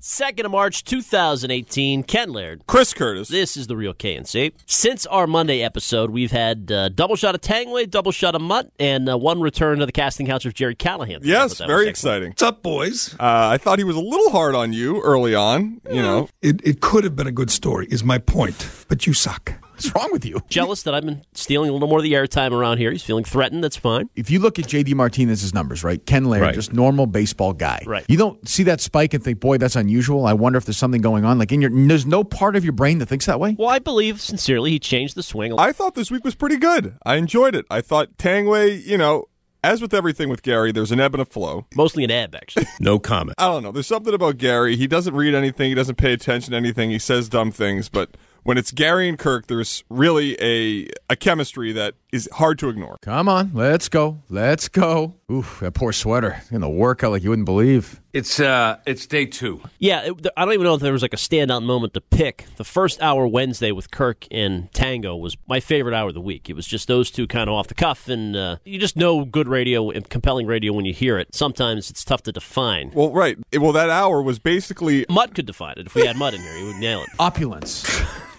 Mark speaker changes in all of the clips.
Speaker 1: 2nd of March 2018, Ken Laird.
Speaker 2: Chris Curtis.
Speaker 1: This is the real KNC. Since our Monday episode, we've had uh, double shot of Tangway, double shot of Mutt, and uh, one return to the casting couch of Jerry Callahan. That
Speaker 2: Yes,
Speaker 1: was
Speaker 2: very
Speaker 1: excellent.
Speaker 2: exciting.
Speaker 3: What's up, boys?
Speaker 2: Uh, I thought he was a little hard on you early on. You know,
Speaker 3: It, it could have been a good story, is my point. But you suck.
Speaker 4: What's wrong with you?
Speaker 1: Jealous that I've been stealing a little more of the airtime around here. He's feeling threatened. That's fine.
Speaker 4: If you look at JD Martinez's numbers, right? Ken Laird,
Speaker 2: Right.
Speaker 4: just normal baseball guy.
Speaker 1: Right.
Speaker 4: You don't see that spike and think, boy, that's unusual. I wonder if there's something going on. Like in your there's no part of your brain that thinks that way.
Speaker 1: Well, I believe sincerely he changed the swing.
Speaker 2: I thought this week was pretty good. I enjoyed it. I thought Tangway, you know, as with everything with Gary, there's an ebb and a flow.
Speaker 1: Mostly an ab, actually.
Speaker 5: No comment.
Speaker 2: I don't know. There's something about Gary. He doesn't read anything. He doesn't pay attention to anything. He says dumb things. But when it's Gary and Kirk, there's really a a chemistry that is hard to ignore.
Speaker 4: Come on, let's go. Let's go. Oof, that poor sweater. In the workout like you wouldn't believe.
Speaker 6: It's uh, it's day two.
Speaker 1: Yeah, it, I don't even know if there was like a standout moment to pick. The first hour Wednesday with Kirk and Tango was my favorite hour of the week. It was just those two kind of off the cuff, and uh, you just know good radio and compelling radio when you hear it. Sometimes it's tough to define.
Speaker 2: Well, right. It- well, that hour was basically
Speaker 1: Mutt could define it. If we had Mutt in here, he would nail it.
Speaker 4: Opulence.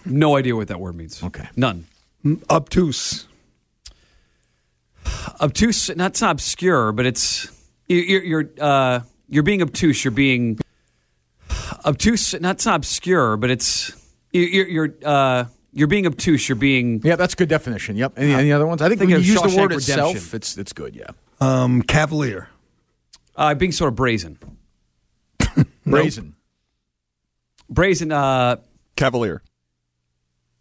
Speaker 7: No idea what that word means.
Speaker 4: Okay.
Speaker 7: None.
Speaker 3: Obtuse.
Speaker 7: Obtuse, not, it's not obscure, but it's, you- you're, you're, uh, you're being obtuse. You're being obtuse, not, it's not obscure, but it's, you- you're, you're, uh, you're being obtuse. You're being,
Speaker 4: yeah, that's a good definition. Yep. Any, any other ones? I think,
Speaker 7: Think
Speaker 4: when
Speaker 7: of
Speaker 4: you use the
Speaker 7: Shawshank
Speaker 4: word
Speaker 7: Redemption.
Speaker 4: itself, it's it's good, yeah.
Speaker 3: Um, cavalier.
Speaker 7: uh, being sort of brazen.
Speaker 4: Brazen.
Speaker 7: Brazen, uh,
Speaker 2: Cavalier.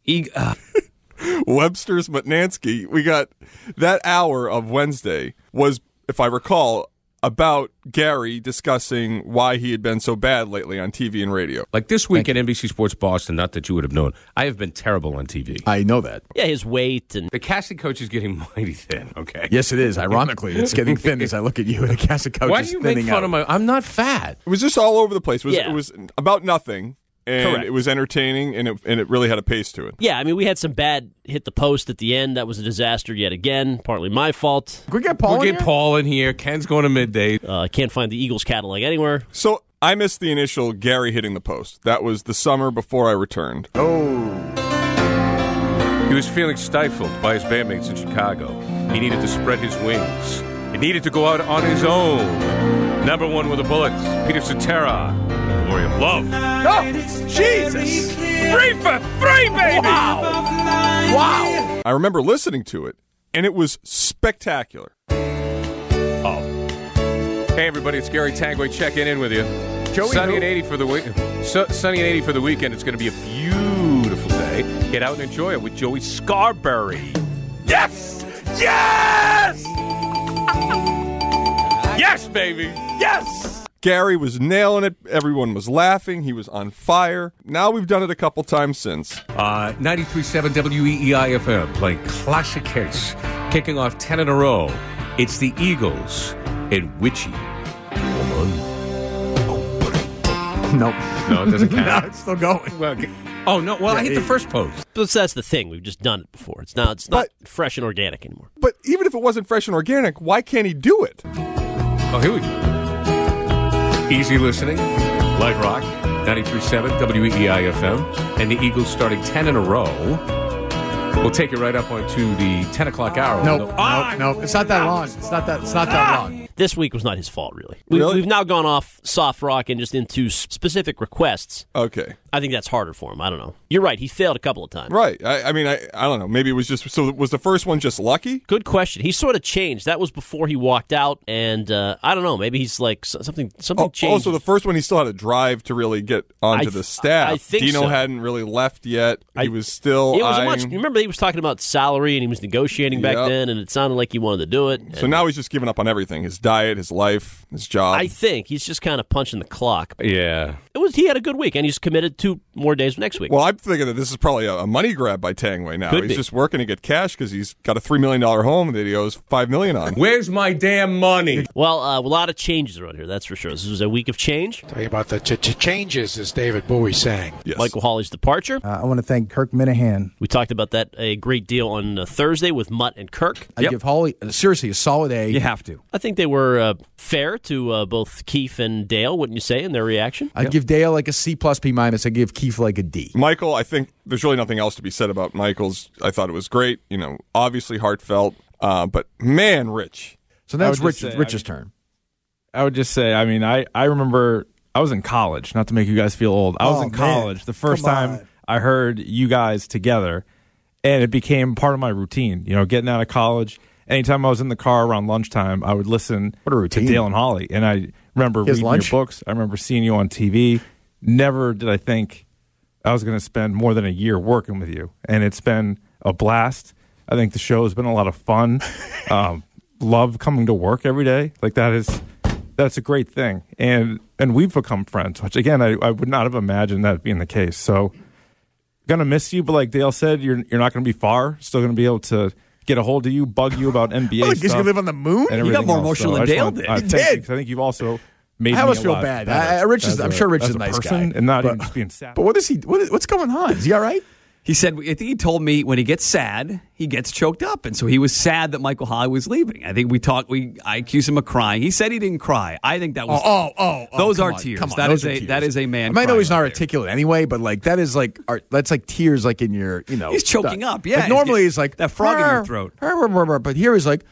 Speaker 7: e- uh,
Speaker 2: Webster's Mutnansky. We got that hour of Wednesday was, if I recall, about Gary discussing why he had been so bad lately on TV and radio.
Speaker 5: Like this week at NBC Sports Boston, not that you would have known, I have been terrible on TV.
Speaker 4: I know that.
Speaker 1: Yeah, his weight and
Speaker 5: The casting coach is getting mighty thin, okay?
Speaker 4: Yes, it is. Ironically, it's getting thin as I look at you. The casting couch
Speaker 5: Why
Speaker 4: is
Speaker 5: do you make
Speaker 4: thinning
Speaker 5: fun
Speaker 4: out.
Speaker 5: of my. I'm not fat.
Speaker 2: It was just all over the place. It was
Speaker 1: Yeah.
Speaker 2: it was about nothing, and
Speaker 1: Correct.
Speaker 2: it was entertaining, and it and it really had a pace to it.
Speaker 1: yeah, I mean, we had some bad hit the post at the end. That was a disaster yet again. Partly my fault.
Speaker 4: Can we get Paul
Speaker 5: we'll
Speaker 4: in
Speaker 5: get
Speaker 4: here?
Speaker 5: Paul in here. Ken's going to midday.
Speaker 1: Uh, I can't find the Eagles catalog anywhere.
Speaker 2: So I missed the initial Gary hitting the post. That was the summer before I returned.
Speaker 1: Oh.
Speaker 5: He was feeling stifled by his bandmates in Chicago. He needed to spread his wings. He needed to go out on his own. Number one with the bullets, Peter Cetera. Glory of love. Oh, Jesus! Three for three, baby! Wow!
Speaker 2: I remember listening to it, and it was spectacular.
Speaker 5: Hey, everybody, it's Gary Tangway checking in with you.
Speaker 4: Joey
Speaker 5: sunny
Speaker 4: who?
Speaker 5: and 80 for the week. Su- sunny and 80 for the weekend. It's going to be a beautiful day. Get out and enjoy it with Joey Scarberry. Yes! Yes! yes, baby! Yes!
Speaker 2: Gary was nailing it. Everyone was laughing. He was on fire. Now we've done it a couple times since.
Speaker 5: Uh, 93.7 WEEI FM playing classic hits, kicking off 10 in a row. It's the Eagles in Witchy Woman.
Speaker 4: Nope.
Speaker 5: No, it doesn't count.
Speaker 4: no, it's still going.
Speaker 5: Well, g- oh, no. Well, I hit the first post.
Speaker 1: But that's the thing. We've just done it before. It's not. It's not fresh and organic anymore.
Speaker 2: But even if it wasn't fresh and organic, why can't he do it?
Speaker 5: Oh, here we go. Easy listening, light rock, 93.7 WEEI FM, and the Eagles starting 10 in a row. We'll take it right up onto the 10 o'clock hour.
Speaker 4: Nope.
Speaker 5: We'll go-
Speaker 4: Nope. Ah! Nope. It's not that long. It's not that. It's not that long.
Speaker 1: this week was not his fault, really. We,
Speaker 2: Really?
Speaker 1: We've now gone off soft rock and just into s- specific requests.
Speaker 2: Okay,
Speaker 1: I think that's harder for him. I don't know. You're right. He failed a couple of times.
Speaker 2: right. I, I mean, I, I don't know. Maybe it was just so. Was the first one just lucky?
Speaker 1: Good question. He sort of changed. That was before he walked out, and uh, I don't know. Maybe he's like s- something. Something
Speaker 2: Oh,
Speaker 1: changed.
Speaker 2: also, the first one he still had to drive to really get
Speaker 1: I
Speaker 2: onto
Speaker 1: th-
Speaker 2: the staff.
Speaker 1: I think
Speaker 2: Dino
Speaker 1: so.
Speaker 2: hadn't really left yet. He
Speaker 1: I-
Speaker 2: was still.
Speaker 1: it was a much.
Speaker 2: eyeing-
Speaker 1: you Remember, he was talking about salary and he was negotiating back
Speaker 2: Yep.
Speaker 1: then, and it sounded like he wanted to do it.
Speaker 2: so
Speaker 1: and
Speaker 2: now he's just giving up on everything: his diet, his life, his job.
Speaker 1: I think he's just kind of punching the clock.
Speaker 5: Yeah.
Speaker 1: It was he had a good week, and he's committed two more days next week.
Speaker 2: Well, I'm thinking that this is probably a, a money grab by Tangway now.
Speaker 1: Could
Speaker 2: he's
Speaker 1: be.
Speaker 2: just working to get cash because he's got a three million dollar home that he owes five million on.
Speaker 5: Where's my damn money?
Speaker 1: Well, uh, a lot of changes around here, that's for sure. This was a week of change.
Speaker 8: Tell you about the ch- ch- changes, as David Bowie sang.
Speaker 1: Michael Hawley's departure.
Speaker 9: Uh, I want to thank Kirk Minahan.
Speaker 1: We talked about that a great deal on uh, Thursday with Mutt and Kirk.
Speaker 4: I give Hawley seriously a solid A. You have to.
Speaker 1: I think they were uh, fair to uh, both Keefe and Dale, wouldn't you say, in their reaction?
Speaker 4: I'd give Dale like a C plus B minus. I give Keefe like a D.
Speaker 2: Michael, I think there's really nothing else to be said about Michael's. I thought it was great. You know, obviously heartfelt, uh, but man, Rich.
Speaker 4: So
Speaker 10: I would just say, I mean, I would just say, I mean, I, I remember I was in college, not to make you guys feel old. I was
Speaker 11: Oh,
Speaker 10: in
Speaker 11: man.
Speaker 10: college the first
Speaker 11: Come
Speaker 10: time I heard you guys together, and it became part of my routine. You know, getting out of college, anytime I was in the car around lunchtime, I would listen what a routine. to Dale and Holly. And I remember
Speaker 4: He has
Speaker 10: reading
Speaker 4: lunch?
Speaker 10: your books, I remember seeing you on TV. Never did I think I was going to spend more than a year working with you, and it's been a blast. I think the show has been a lot of fun. Um, love coming to work every day, like that is that's a great thing, and and we've become friends, which again I, I would not have imagined that being the case. So gonna miss you, but like Dale said, you're you're not gonna be far. Still gonna be able to get a hold of you, bug you about NBA.
Speaker 4: Like, is he
Speaker 10: stuff
Speaker 4: gonna live on the moon?
Speaker 10: and
Speaker 4: He got
Speaker 10: everything
Speaker 4: more
Speaker 10: else.
Speaker 4: emotional than
Speaker 10: I just
Speaker 4: Dale
Speaker 10: wanna-
Speaker 4: did.
Speaker 10: I
Speaker 4: He
Speaker 10: thank you,
Speaker 4: did.
Speaker 10: 'cause I think you've also made
Speaker 4: I
Speaker 10: me
Speaker 4: almost feel
Speaker 10: alive
Speaker 4: bad.
Speaker 10: as-
Speaker 4: I- I- Rich is-
Speaker 10: as
Speaker 4: I'm sure Rich
Speaker 10: as
Speaker 4: is a nice
Speaker 10: person
Speaker 4: guy.
Speaker 10: and not
Speaker 4: But-
Speaker 10: even just being sad.
Speaker 4: But what is he? What, what's going on? Is he all right?
Speaker 7: He said, I think he told me when he gets sad, he gets choked up. And so he was sad that Michael Holly was leaving. I think we talked, we, I accused him of crying. He said he didn't cry. I think that was,
Speaker 4: Oh, oh, oh, oh,
Speaker 7: those
Speaker 4: come
Speaker 7: are
Speaker 4: on,
Speaker 7: tears.
Speaker 4: come on,
Speaker 7: That
Speaker 4: those
Speaker 7: is
Speaker 4: are
Speaker 7: a,
Speaker 4: tears.
Speaker 7: that is a man.
Speaker 4: I, mean, I know
Speaker 7: crying.
Speaker 4: he's not articulate anyway, but like that is like art, that's like tears, like in your you know.
Speaker 7: He's choking
Speaker 4: stuff.
Speaker 7: up, yeah,
Speaker 4: Like,
Speaker 7: he's
Speaker 4: normally
Speaker 7: getting
Speaker 4: he's like
Speaker 7: that frog in your
Speaker 4: "Arr,
Speaker 7: throat."
Speaker 4: arr, arr, arr," but here he's like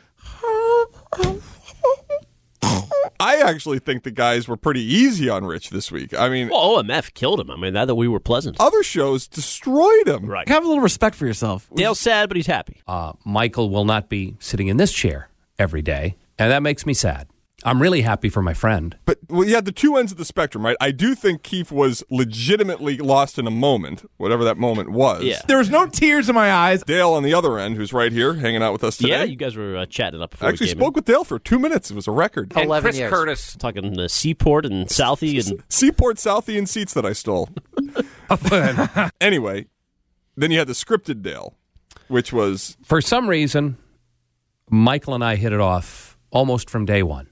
Speaker 2: I actually think the guys were pretty easy on Rich this week. I mean,
Speaker 1: Well, OMF killed him. I mean, that that we were pleasant.
Speaker 2: other shows destroyed him.
Speaker 1: Right.
Speaker 12: Have a little respect for yourself.
Speaker 2: Oh,
Speaker 1: Dale's sad, but he's happy.
Speaker 12: Uh, Michael will not be sitting in this chair every day, and that makes me sad. I'm really happy for my friend.
Speaker 2: But well, you had the two ends of the spectrum, right? I do think Keefe was legitimately lost in a moment, whatever that moment was.
Speaker 1: Yeah.
Speaker 10: There was no tears in my eyes.
Speaker 2: Dale on the other end, who's right here, hanging out with us today.
Speaker 1: Yeah, you guys were uh, chatting up
Speaker 2: I
Speaker 1: before
Speaker 2: actually
Speaker 1: we came in.
Speaker 2: spoke with Dale for two minutes. It was a record.
Speaker 1: Curtis talking uh, Seaport and Southie and
Speaker 2: Seaport Southian seats that I stole. anyway, then you had the scripted Dale, which was
Speaker 12: For some reason, Michael and I hit it off almost from day one.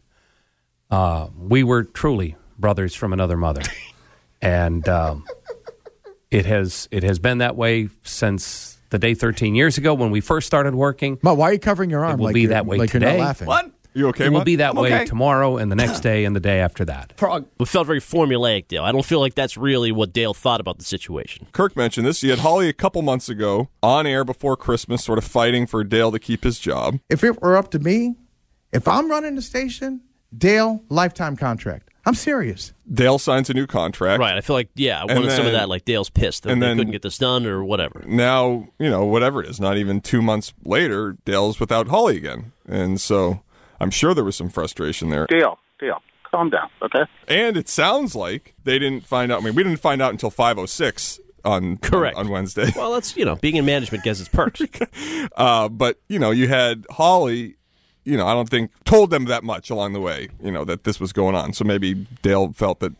Speaker 12: Uh, we were truly brothers from another mother, and um, it has it has been that way since the day 13 years ago when we first started working.
Speaker 4: Ma, why are you covering your arm?
Speaker 12: It will
Speaker 4: like
Speaker 12: be
Speaker 4: you're-
Speaker 12: that way
Speaker 4: like
Speaker 12: today.
Speaker 4: You're not laughing.
Speaker 2: You okay?
Speaker 12: It will
Speaker 1: Mike?
Speaker 12: be that
Speaker 1: I'm
Speaker 12: way
Speaker 1: okay.
Speaker 12: tomorrow and the next day and the day after that.
Speaker 1: It felt very formulaic, Dale. I don't feel like that's really what Dale thought about the situation.
Speaker 2: Kirk mentioned this. You had Holly a couple months ago on air before Christmas, sort of fighting for Dale to keep his job.
Speaker 13: If it were up to me, if I'm running the station, Dale lifetime contract. I'm serious.
Speaker 2: Dale signs a new contract.
Speaker 1: Right. I feel like, yeah, I
Speaker 2: And
Speaker 1: wanted some of
Speaker 2: then-
Speaker 1: that. Like, Dale's pissed that
Speaker 2: and
Speaker 1: they
Speaker 2: then-
Speaker 1: couldn't get this done or whatever.
Speaker 2: Now, you know, whatever it is, not even two months later, Dale's without Holly again. And so I'm sure there was some frustration there.
Speaker 14: Dale, Dale, calm down, okay?
Speaker 2: And it sounds like they didn't find out. I mean, we didn't find out until 506 on Correct. on, Wednesday.
Speaker 1: Well, that's, you know, being in management gets its perks.
Speaker 2: uh, but, you know, you had Holly, you know, I don't think told them that much along the way, you know, that this was going on. So maybe Dale felt that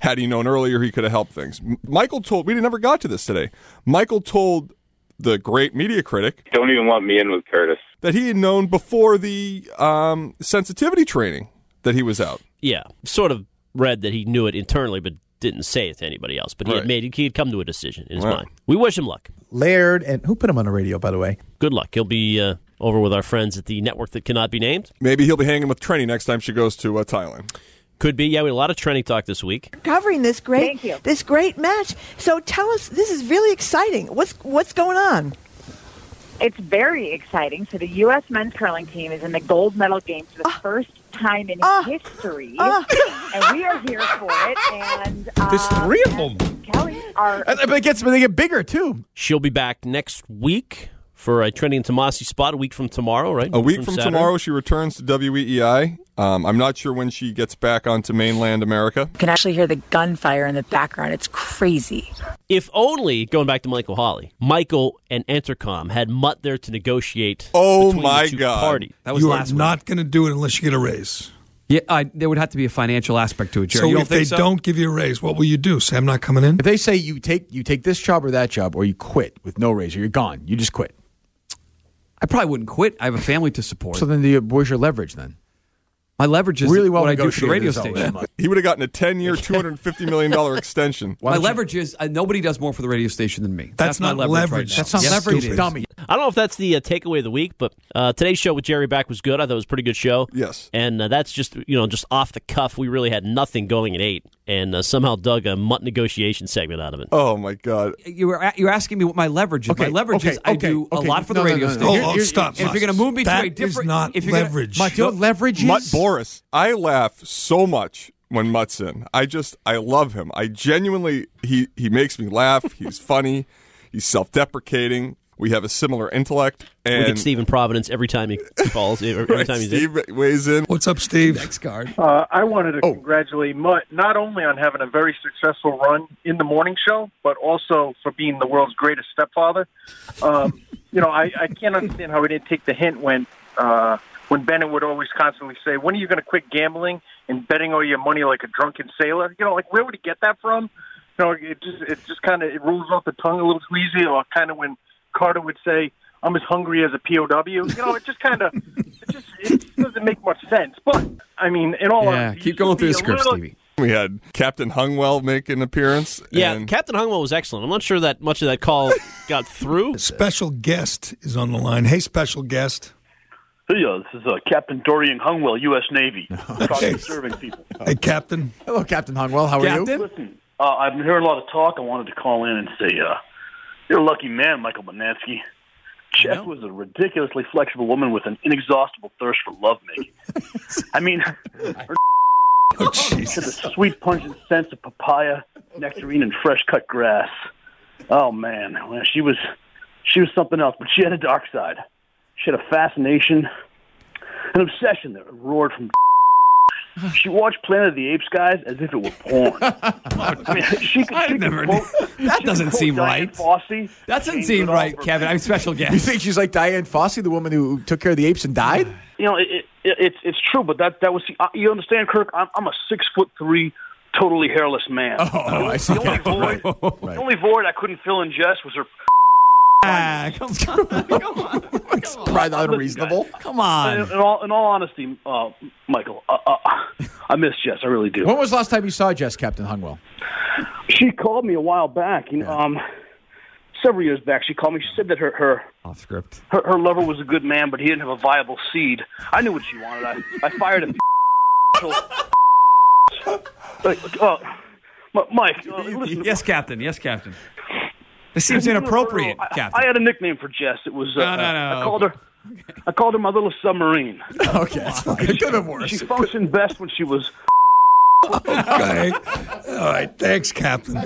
Speaker 2: had he known earlier, he could have helped things. M- Michael told, we never got to this today. Michael told the great media critic
Speaker 15: Don't even want me in with Curtis.
Speaker 2: that he had known before the um, sensitivity training that he was out.
Speaker 1: yeah, sort of read that he knew it internally, but didn't say it to anybody else. But he
Speaker 2: Right.
Speaker 1: had made he had come to a decision in his
Speaker 2: Right.
Speaker 1: mind. We wish him luck.
Speaker 9: Laird and who put him on the radio, by the way?
Speaker 1: Good luck. He'll be uh, over with our friends at the network that cannot be named.
Speaker 2: Maybe he'll be hanging with Trenny next time she goes to uh, Thailand.
Speaker 1: Could be. Yeah, we had a lot of training talk this week.
Speaker 16: covering this great this great match. So tell us, this is really exciting. What's what's going on?
Speaker 17: It's very exciting. So the U.S. men's curling team is in the gold medal game for
Speaker 16: Ah.
Speaker 17: the first time in history, and we are here for it. And uh,
Speaker 4: There's three of them.
Speaker 17: Kelly, our
Speaker 4: And- But it gets, but they get bigger too.
Speaker 1: She'll be back next week for a Trendy and Tomasi spot a week from tomorrow, right?
Speaker 2: A week from,
Speaker 1: Saturday.
Speaker 2: tomorrow, she returns to WEEI. Um, I'm not sure when she gets back onto mainland America.
Speaker 18: You can actually hear the gunfire in the background. It's crazy.
Speaker 1: If only, going back to Michael Holly, Michael and Entercom had Mutt there to negotiate.
Speaker 2: Oh
Speaker 1: between the two Parties.
Speaker 3: you are not going to do it unless you get a raise.
Speaker 7: Yeah, I, there would have to be a financial aspect to it, Jerry.
Speaker 3: So
Speaker 7: You don't
Speaker 3: if
Speaker 7: think
Speaker 3: they
Speaker 7: so?
Speaker 3: don't give you a raise, what will you do? Say I'm not coming in.
Speaker 4: If they say you take you take this job or that job, or you quit with no raise, or you're gone, you just quit.
Speaker 7: I probably wouldn't quit. I have a family to support.
Speaker 4: So then, do you, where's your leverage then?
Speaker 7: My leverage is
Speaker 4: really well
Speaker 7: what I do for the
Speaker 4: negotiated
Speaker 7: radio
Speaker 4: is all that
Speaker 7: station.
Speaker 4: much.
Speaker 2: He would have gotten a 10 year, $250 million extension.
Speaker 7: My leverage is uh, nobody does more for the radio station than me.
Speaker 2: That's
Speaker 7: my
Speaker 2: not
Speaker 7: leverage.
Speaker 2: leverage.
Speaker 7: Right now.
Speaker 2: That's not
Speaker 7: Yes,
Speaker 2: leverage,
Speaker 7: it is.
Speaker 2: dummy.
Speaker 1: I don't know if that's the uh, takeaway of the week, but uh, today's show with Jerry back was good. I thought it was a pretty good show. Yes, and uh, that's just you know just off the cuff. We really had nothing going at eight, and uh, somehow dug a mutt negotiation segment out of it.
Speaker 2: Oh my god!
Speaker 7: You were a- you're asking me what my leverage is.
Speaker 1: Okay,
Speaker 7: my leverage
Speaker 1: okay,
Speaker 7: is I
Speaker 1: okay,
Speaker 7: do a
Speaker 1: okay.
Speaker 7: lot for the
Speaker 1: No, no,
Speaker 7: radio
Speaker 1: no, no.
Speaker 3: Oh,
Speaker 7: station.
Speaker 1: Here-
Speaker 2: Oh,
Speaker 1: Here- here-
Speaker 7: If you're going to move me to a different, if you're Gonna,
Speaker 4: Mutt, your leverage
Speaker 2: Mutt
Speaker 4: is-
Speaker 2: Boris. I laugh so much when Mutt's in. I just I love him. I genuinely he he makes me laugh. He's funny. He's self deprecating. We have a similar intellect. And
Speaker 1: we get Steve in Providence every time he calls. Every
Speaker 2: Right,
Speaker 1: time he's
Speaker 2: Steve weighs in.
Speaker 3: What's up, Steve? Next
Speaker 7: card.
Speaker 11: Uh, I wanted to congratulate Mutt not only on having a very successful run in the morning show, but also for being the world's greatest stepfather. Um, you know, I, I can't understand how he didn't take the hint when uh, when Bennett would always constantly say, "When are you going to quit gambling and betting all your money like a drunken sailor?" You know, like where would he get that from? You know, it just it just kind of it rolls off the tongue a little too easy. Or kind of when Carter would say, "I'm as hungry as a POW." You know, it just kind of it just doesn't make much sense. But I mean, in all honesty, you should be a little-
Speaker 2: We had Captain Hungwell make an appearance.
Speaker 1: Yeah,
Speaker 2: and
Speaker 1: Captain Hungwell was excellent. I'm not sure that much of that call got through.
Speaker 3: Special guest is on the line. Hey, special guest.
Speaker 15: Hey, uh, this is uh, Captain Dorian Hungwell, U.S. Navy. talking to serving people.
Speaker 3: Hey, Captain.
Speaker 4: Hello, Captain Hongwell. How are you?
Speaker 15: Listen, uh, I've been hearing a lot of talk. I wanted to call in and say, uh, you're a lucky man, Michael Bonansky. Jeff was a ridiculously flexible woman with an inexhaustible thirst for lovemaking. I mean, her
Speaker 4: Oh,
Speaker 15: to the sweet, pungent scents of papaya, nectarine, and fresh cut grass. Oh man, well, she was she was something else, but she had a dark side. She had a fascination, an obsession that roared from. She watched Planet of the Apes guys as if it were porn. I mean, she could, she could quote,
Speaker 7: That
Speaker 15: she
Speaker 7: doesn't
Speaker 15: could quote
Speaker 7: seem
Speaker 15: Diane
Speaker 7: right.
Speaker 15: Fossey,
Speaker 7: That doesn't
Speaker 15: Jane
Speaker 7: seem
Speaker 15: Goodall,
Speaker 7: right, Kevin. I'm special guest.
Speaker 4: You think she's like Diane Fossey, the woman who took care of the apes and died?
Speaker 15: you know, it, it, it's it's true, but that that was uh, you understand, Kirk. I'm, I'm a six foot three, totally hairless man. Oh, the, only- the only void, the only void I couldn't fill in Jess was her.
Speaker 4: Ah, come on, come on. It's probably not unreasonable. Come
Speaker 15: In, in all in all honesty, uh, Michael, uh, uh, I miss Jess. I really do.
Speaker 4: When was the last time you saw Jess, Captain Hungwell?
Speaker 15: She called me a while back. You know, um, several years back, she called me. She said that her her
Speaker 7: off script.
Speaker 15: Her, her lover was a good man, but he didn't have a viable seed. I knew what she wanted. I, I fired him. like, uh, Mi- Mike, uh, listen,
Speaker 7: Yes, Captain. Yes, Captain. This seems inappropriate,
Speaker 15: I-
Speaker 7: Captain.
Speaker 15: I had a nickname for Jess. It was uh,
Speaker 7: No, no, no.
Speaker 15: I called her. I called her my little submarine.
Speaker 4: Okay, that's fine. It could have worse.
Speaker 15: She functioned best when she was.
Speaker 3: Okay. All right. Thanks, Captain.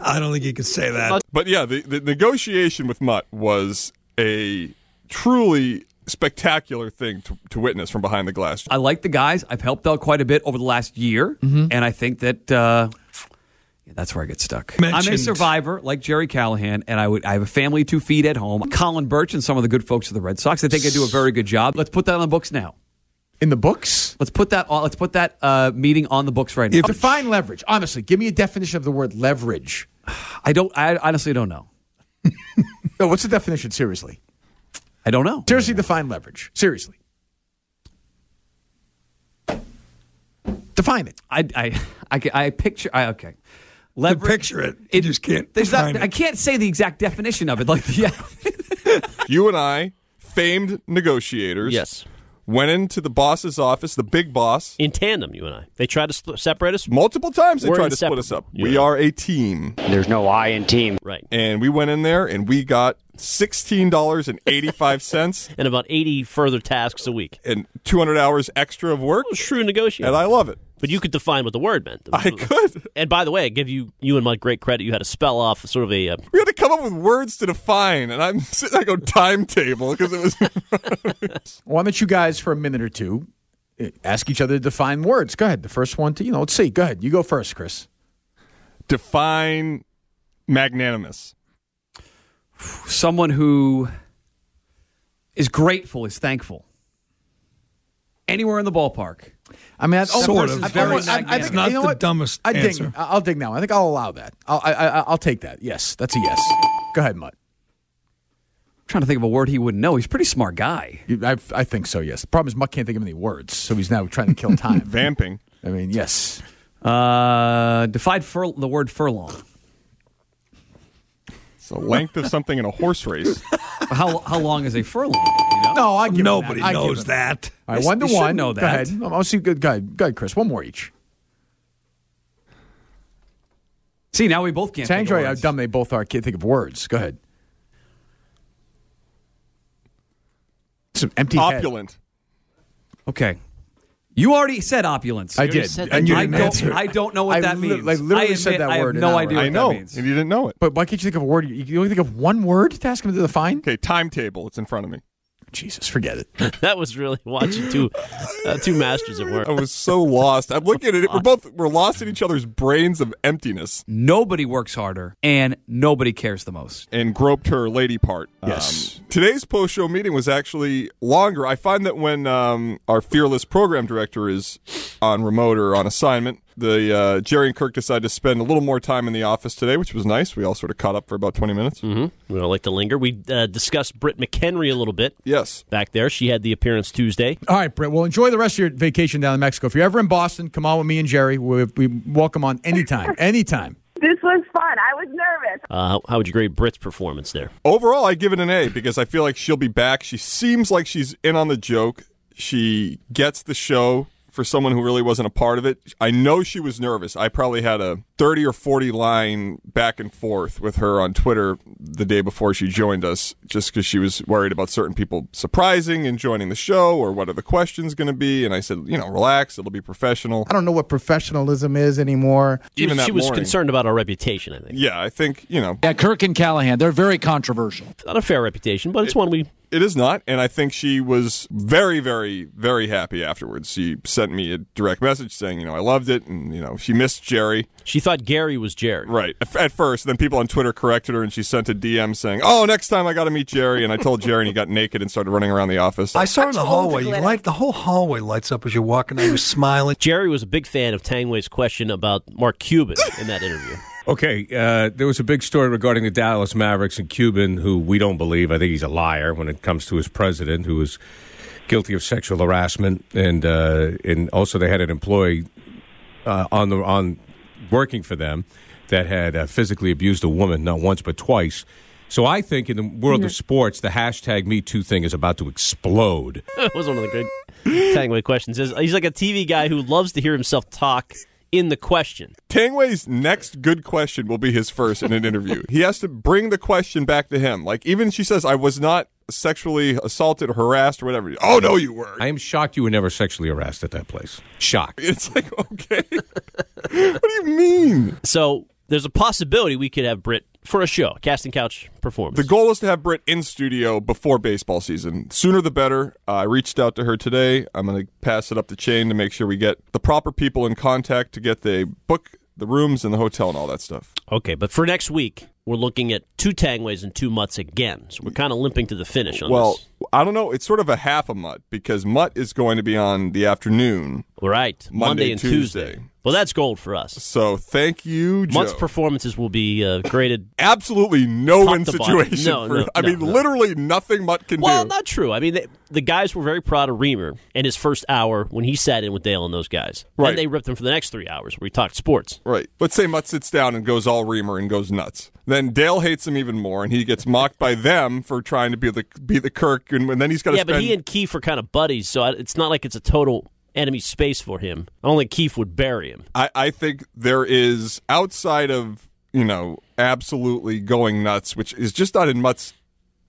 Speaker 3: I don't think you could say that.
Speaker 2: But yeah, the, the negotiation with Mutt was a truly spectacular thing to, to witness from behind the glass.
Speaker 7: I like the guys. I've helped out quite a bit over the last year, and I think that uh, yeah, that's where I get stuck. I'm a
Speaker 12: Mentioned-
Speaker 7: survivor, like Jerry Callahan, and I would I have a family to feed at home. Colin Birch and some of the good folks of the Red Sox. I think I do a very good job. Let's put that on the books now.
Speaker 4: In the books?
Speaker 7: Let's put that. On, let's put that uh, meeting on the books right now.
Speaker 4: Define leverage. Honestly, give me a definition of the word leverage.
Speaker 7: I don't. I honestly don't know.
Speaker 4: no, what's the definition? Seriously,
Speaker 7: I don't know.
Speaker 4: Seriously, define leverage. Seriously, define it.
Speaker 7: I I I, ca- I picture. I, okay. Leverage,
Speaker 3: picture it. You just can't
Speaker 7: There's not,
Speaker 3: define it.
Speaker 7: I can't say the exact definition of it. Like yeah.
Speaker 2: you and I, famed negotiators, yes, went into the boss's office, the big boss,
Speaker 1: in tandem. You and I, they tried to split, separate us
Speaker 2: multiple times. They
Speaker 1: We're
Speaker 2: tried to split us up.
Speaker 1: inseparable.
Speaker 2: We are a team.
Speaker 19: There's no I in team,
Speaker 1: right?
Speaker 2: And we went in there and we got sixteen dollars and eighty five cents,
Speaker 1: and about eighty further tasks a week,
Speaker 2: and two hundred hours extra of work.
Speaker 1: True negotiator,
Speaker 2: and I love it.
Speaker 1: But you could define what the word meant. I could. And by the way, I give you you and Mike great credit. You had to spell off sort of a uh,
Speaker 2: We had to come up with words to define, and I'm sitting. I go timetable because it was.
Speaker 4: Why don't you guys for a minute or two uh, ask each other to define words? Go ahead. The first one to you know. Let's see. Go ahead. You go first, Chris.
Speaker 2: Define magnanimous.
Speaker 7: someone who is grateful is thankful anywhere in the ballpark.
Speaker 4: I mean, that's
Speaker 7: Sort of.
Speaker 4: I,
Speaker 7: Very
Speaker 4: I, I, I
Speaker 7: magnetic.
Speaker 4: think,
Speaker 7: Not
Speaker 4: you know
Speaker 7: the
Speaker 4: what?
Speaker 7: dumbest
Speaker 4: I dig,
Speaker 7: answer.
Speaker 4: I'll dig that one. I think I'll allow that. I'll, I, I, I'll take that. Yes, that's a yes. Go ahead, Mutt.
Speaker 7: trying to think of a word he wouldn't know. He's a pretty smart guy.
Speaker 4: I, I think so. Yes. The problem is Mutt can't think of any words, so he's now trying to kill time. Vamping. I mean, yes.
Speaker 7: Uh, defied fur- the word furlong.
Speaker 2: It's the length of something in a horse race.
Speaker 7: how how long is a furlong?
Speaker 4: No, I give him
Speaker 7: Nobody
Speaker 4: that. I give
Speaker 7: knows
Speaker 4: him that.
Speaker 7: that.
Speaker 4: All right,
Speaker 7: They-
Speaker 4: one to
Speaker 7: they should
Speaker 4: one.
Speaker 7: know
Speaker 4: Go
Speaker 7: that.
Speaker 4: ahead. I'll see. Good guy. Go ahead, Chris. One more each.
Speaker 7: See, now we both can't
Speaker 4: Tang
Speaker 7: think of
Speaker 4: Joy, how
Speaker 7: words.
Speaker 4: dumb they both are. Can't think of words. Go ahead. Some empty head.
Speaker 7: Opulent. Okay. You already said opulence.
Speaker 4: I You already did. said And that you
Speaker 7: I
Speaker 4: didn't
Speaker 7: don't,
Speaker 4: answer.
Speaker 7: I don't know what
Speaker 4: I
Speaker 7: that
Speaker 4: li-
Speaker 7: means.
Speaker 4: I literally
Speaker 7: I
Speaker 4: said
Speaker 7: admit
Speaker 4: that
Speaker 7: I
Speaker 4: word.
Speaker 7: Have
Speaker 4: an
Speaker 7: no
Speaker 4: hour
Speaker 7: idea
Speaker 4: ago.
Speaker 7: what that means.
Speaker 4: you didn't know it. But why can't you think of a word? You can only think of one word to ask him to define.
Speaker 2: Okay, timetable. It's in front of me.
Speaker 4: Jesus, forget it.
Speaker 1: that was really watching two uh, two masters at work.
Speaker 2: I was so lost. I'm looking at it. We're both we're lost in each other's brains of emptiness.
Speaker 7: Nobody works harder, and nobody cares the most.
Speaker 2: And groped her lady part.
Speaker 7: Yes.
Speaker 2: Um, today's post show meeting was actually longer. I find that when um, our fearless program director is on remote or on assignment, the uh, Jerry and Kirk decided to spend a little more time in the office today, which was nice. We all sort of caught up for about 20 minutes.
Speaker 1: Mm-hmm. We don't like to linger. We uh, discussed Britt McHenry a little bit.
Speaker 2: Yes.
Speaker 1: Back there. She had the appearance Tuesday.
Speaker 4: All right, Brett. Well, enjoy the rest of your vacation down in Mexico. If you're ever in Boston, come on with me and Jerry. We, we welcome on anytime, anytime.
Speaker 17: This was fun. I was nervous.
Speaker 1: Uh, how, how would you grade Britt's performance there?
Speaker 2: Overall, I give it an A because I feel like she'll be back. She seems like she's in on the joke. She gets the show for someone who really wasn't a part of it. I know she was nervous. I probably had a 30 or 40 line back and forth with her on Twitter the day before she joined us just because she was worried about certain people surprising and joining the show or what are the questions going to be. And I said, you know, relax, it'll be professional.
Speaker 9: I don't know what professionalism is anymore.
Speaker 1: She was-
Speaker 2: Even that
Speaker 1: she was
Speaker 2: morning.
Speaker 1: concerned about our reputation, I think.
Speaker 2: Yeah, I think, you know,
Speaker 8: Yeah, Kirk and Callahan, they're very controversial.
Speaker 1: Not a fair reputation, but it's one we.
Speaker 2: It is not, and I think she was very, very, very happy afterwards. She sent me a direct message saying, you know, I loved it, and you know, she missed Jerry.
Speaker 1: She thought Gary was Jerry,
Speaker 2: right? At, at first, then people on Twitter corrected her, and she sent a DM saying, "Oh, next time I got to meet Jerry." And I told Jerry, and he got naked and started running around the office.
Speaker 20: I saw her in the hallway. You light, the whole hallway lights up as you're walking. There. You're smiling.
Speaker 1: Jerry was a big fan of Tangway's question about Mark Cuban in that interview.
Speaker 5: Okay, uh, there was a big story regarding the Dallas Mavericks and Cuban, who we don't believe. I think he's a liar when it comes to his president, who is guilty of sexual harassment, and uh, and also they had an employee uh, on the on working for them that had uh, physically abused a woman not once but twice. So I think in the world of sports, the hashtag Me Too thing is about to explode.
Speaker 1: that was one of the great Tangway questions. Is He's like a TV guy who loves to hear himself talk in the question.
Speaker 2: Tangway's next good question will be his first in an interview. he has to bring the question back to him. Like even she says, "I was not sexually assaulted or harassed or whatever." Oh no, you were.
Speaker 5: I am shocked you were never sexually harassed at that place. Shocked.
Speaker 2: It's like okay. what do you mean?
Speaker 1: So there's a possibility we could have Britt for a show, casting couch performance.
Speaker 2: The goal is to have Britt in studio before baseball season. Sooner the better. Uh, I reached out to her today. I'm going to pass it up the chain to make sure we get the proper people in contact to get the book, the rooms, and the hotel and all that stuff.
Speaker 1: Okay, but for next week, we're looking at two Tangways and two Mutts again. So we're kind of limping to the finish on
Speaker 2: Well,
Speaker 1: this.
Speaker 2: I don't know. It's sort of a half a mutt because mutt is going to be on the afternoon.
Speaker 1: Right.
Speaker 2: Monday,
Speaker 1: Monday and
Speaker 2: Tuesday.
Speaker 1: Well, that's gold for us.
Speaker 2: So thank you, Joe.
Speaker 1: Mutt's performances will be uh, graded.
Speaker 2: Absolutely no win
Speaker 1: to bottom.
Speaker 2: situation.
Speaker 1: No,
Speaker 2: for,
Speaker 1: no,
Speaker 2: I
Speaker 1: no,
Speaker 2: mean,
Speaker 1: no.
Speaker 2: literally nothing mutt can
Speaker 1: Well,
Speaker 2: do.
Speaker 1: not true. I mean, they, the guys were very proud of Reamer and his first hour when he sat in with Dale and those guys.
Speaker 2: Right.
Speaker 1: Then they ripped him for the next three hours where he talked sports.
Speaker 2: Right. Let's say Mutt sits down and goes all Reamer and goes nuts. Then Dale hates him even more, and he gets mocked by them for trying to be the be the Kirk, and, and then he's got to
Speaker 1: yeah,
Speaker 2: spend.
Speaker 1: but he and Keefe are kind of buddies, so I, it's not like it's a total enemy space for him. I don't think Keefe would bury him.
Speaker 2: I, I think there is outside of you know absolutely going nuts, which is just not in Mutt's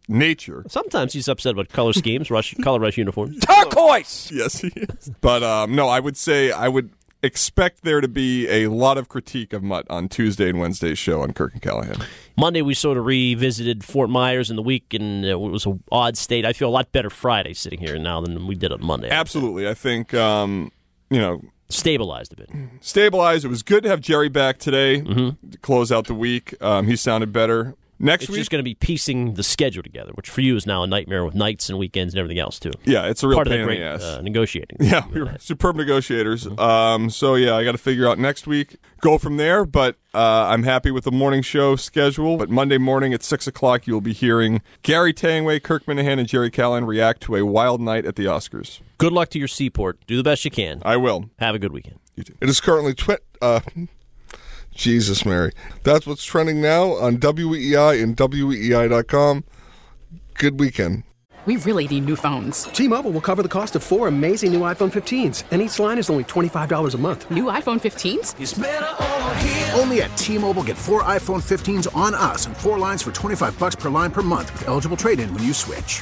Speaker 2: nature.
Speaker 1: Sometimes he's upset about color schemes, rush, color rush uniforms.
Speaker 2: Turquoise. Yes, he is. But um, no, I would say I would expect there to be a lot of critique of Mutt on Tuesday and Wednesday's show on Kirk and Callahan.
Speaker 1: Monday we sort of revisited Fort Myers in the week, and it was an odd state. I feel a lot better Friday sitting here now than we did on Monday.
Speaker 2: Absolutely. I think, um, you know,
Speaker 1: stabilized a bit.
Speaker 2: Stabilized. It was good to have Jerry back today to close out the week. Um, he sounded better. Next
Speaker 1: Mm-hmm. it's
Speaker 2: week-
Speaker 1: just going to be piecing the schedule together, which for you is now a nightmare with nights and weekends and everything else too.
Speaker 2: Yeah, it's a real
Speaker 1: part
Speaker 2: pain
Speaker 1: of the
Speaker 2: in the
Speaker 1: great
Speaker 2: ass.
Speaker 1: Uh, negotiating.
Speaker 2: Yeah, we were superb negotiators.
Speaker 21: Mm-hmm.
Speaker 2: Um, so yeah, I got to figure out next week. Go from there. But uh, I'm happy with the morning show schedule. But Monday morning at six o'clock, you'll be hearing Gary Tangway, Kirk Minahan, and Jerry Callan react to a wild night at the Oscars.
Speaker 1: Good luck to your seaport. Do the best you can.
Speaker 2: I will.
Speaker 1: Have a good weekend.
Speaker 21: It is currently twi- uh, Jesus Mary. That's what's trending now on WEI and E WEI.com. Good weekend.
Speaker 22: We really need new phones.
Speaker 19: T-Mobile will cover the cost of four amazing new iPhone 15s, and each line is only twenty-five dollars a month.
Speaker 22: New iPhone 15s?
Speaker 23: Only at T-Mobile, get four iPhone 15s on us and four lines for 25 bucks per line per month with eligible trade-in when you switch.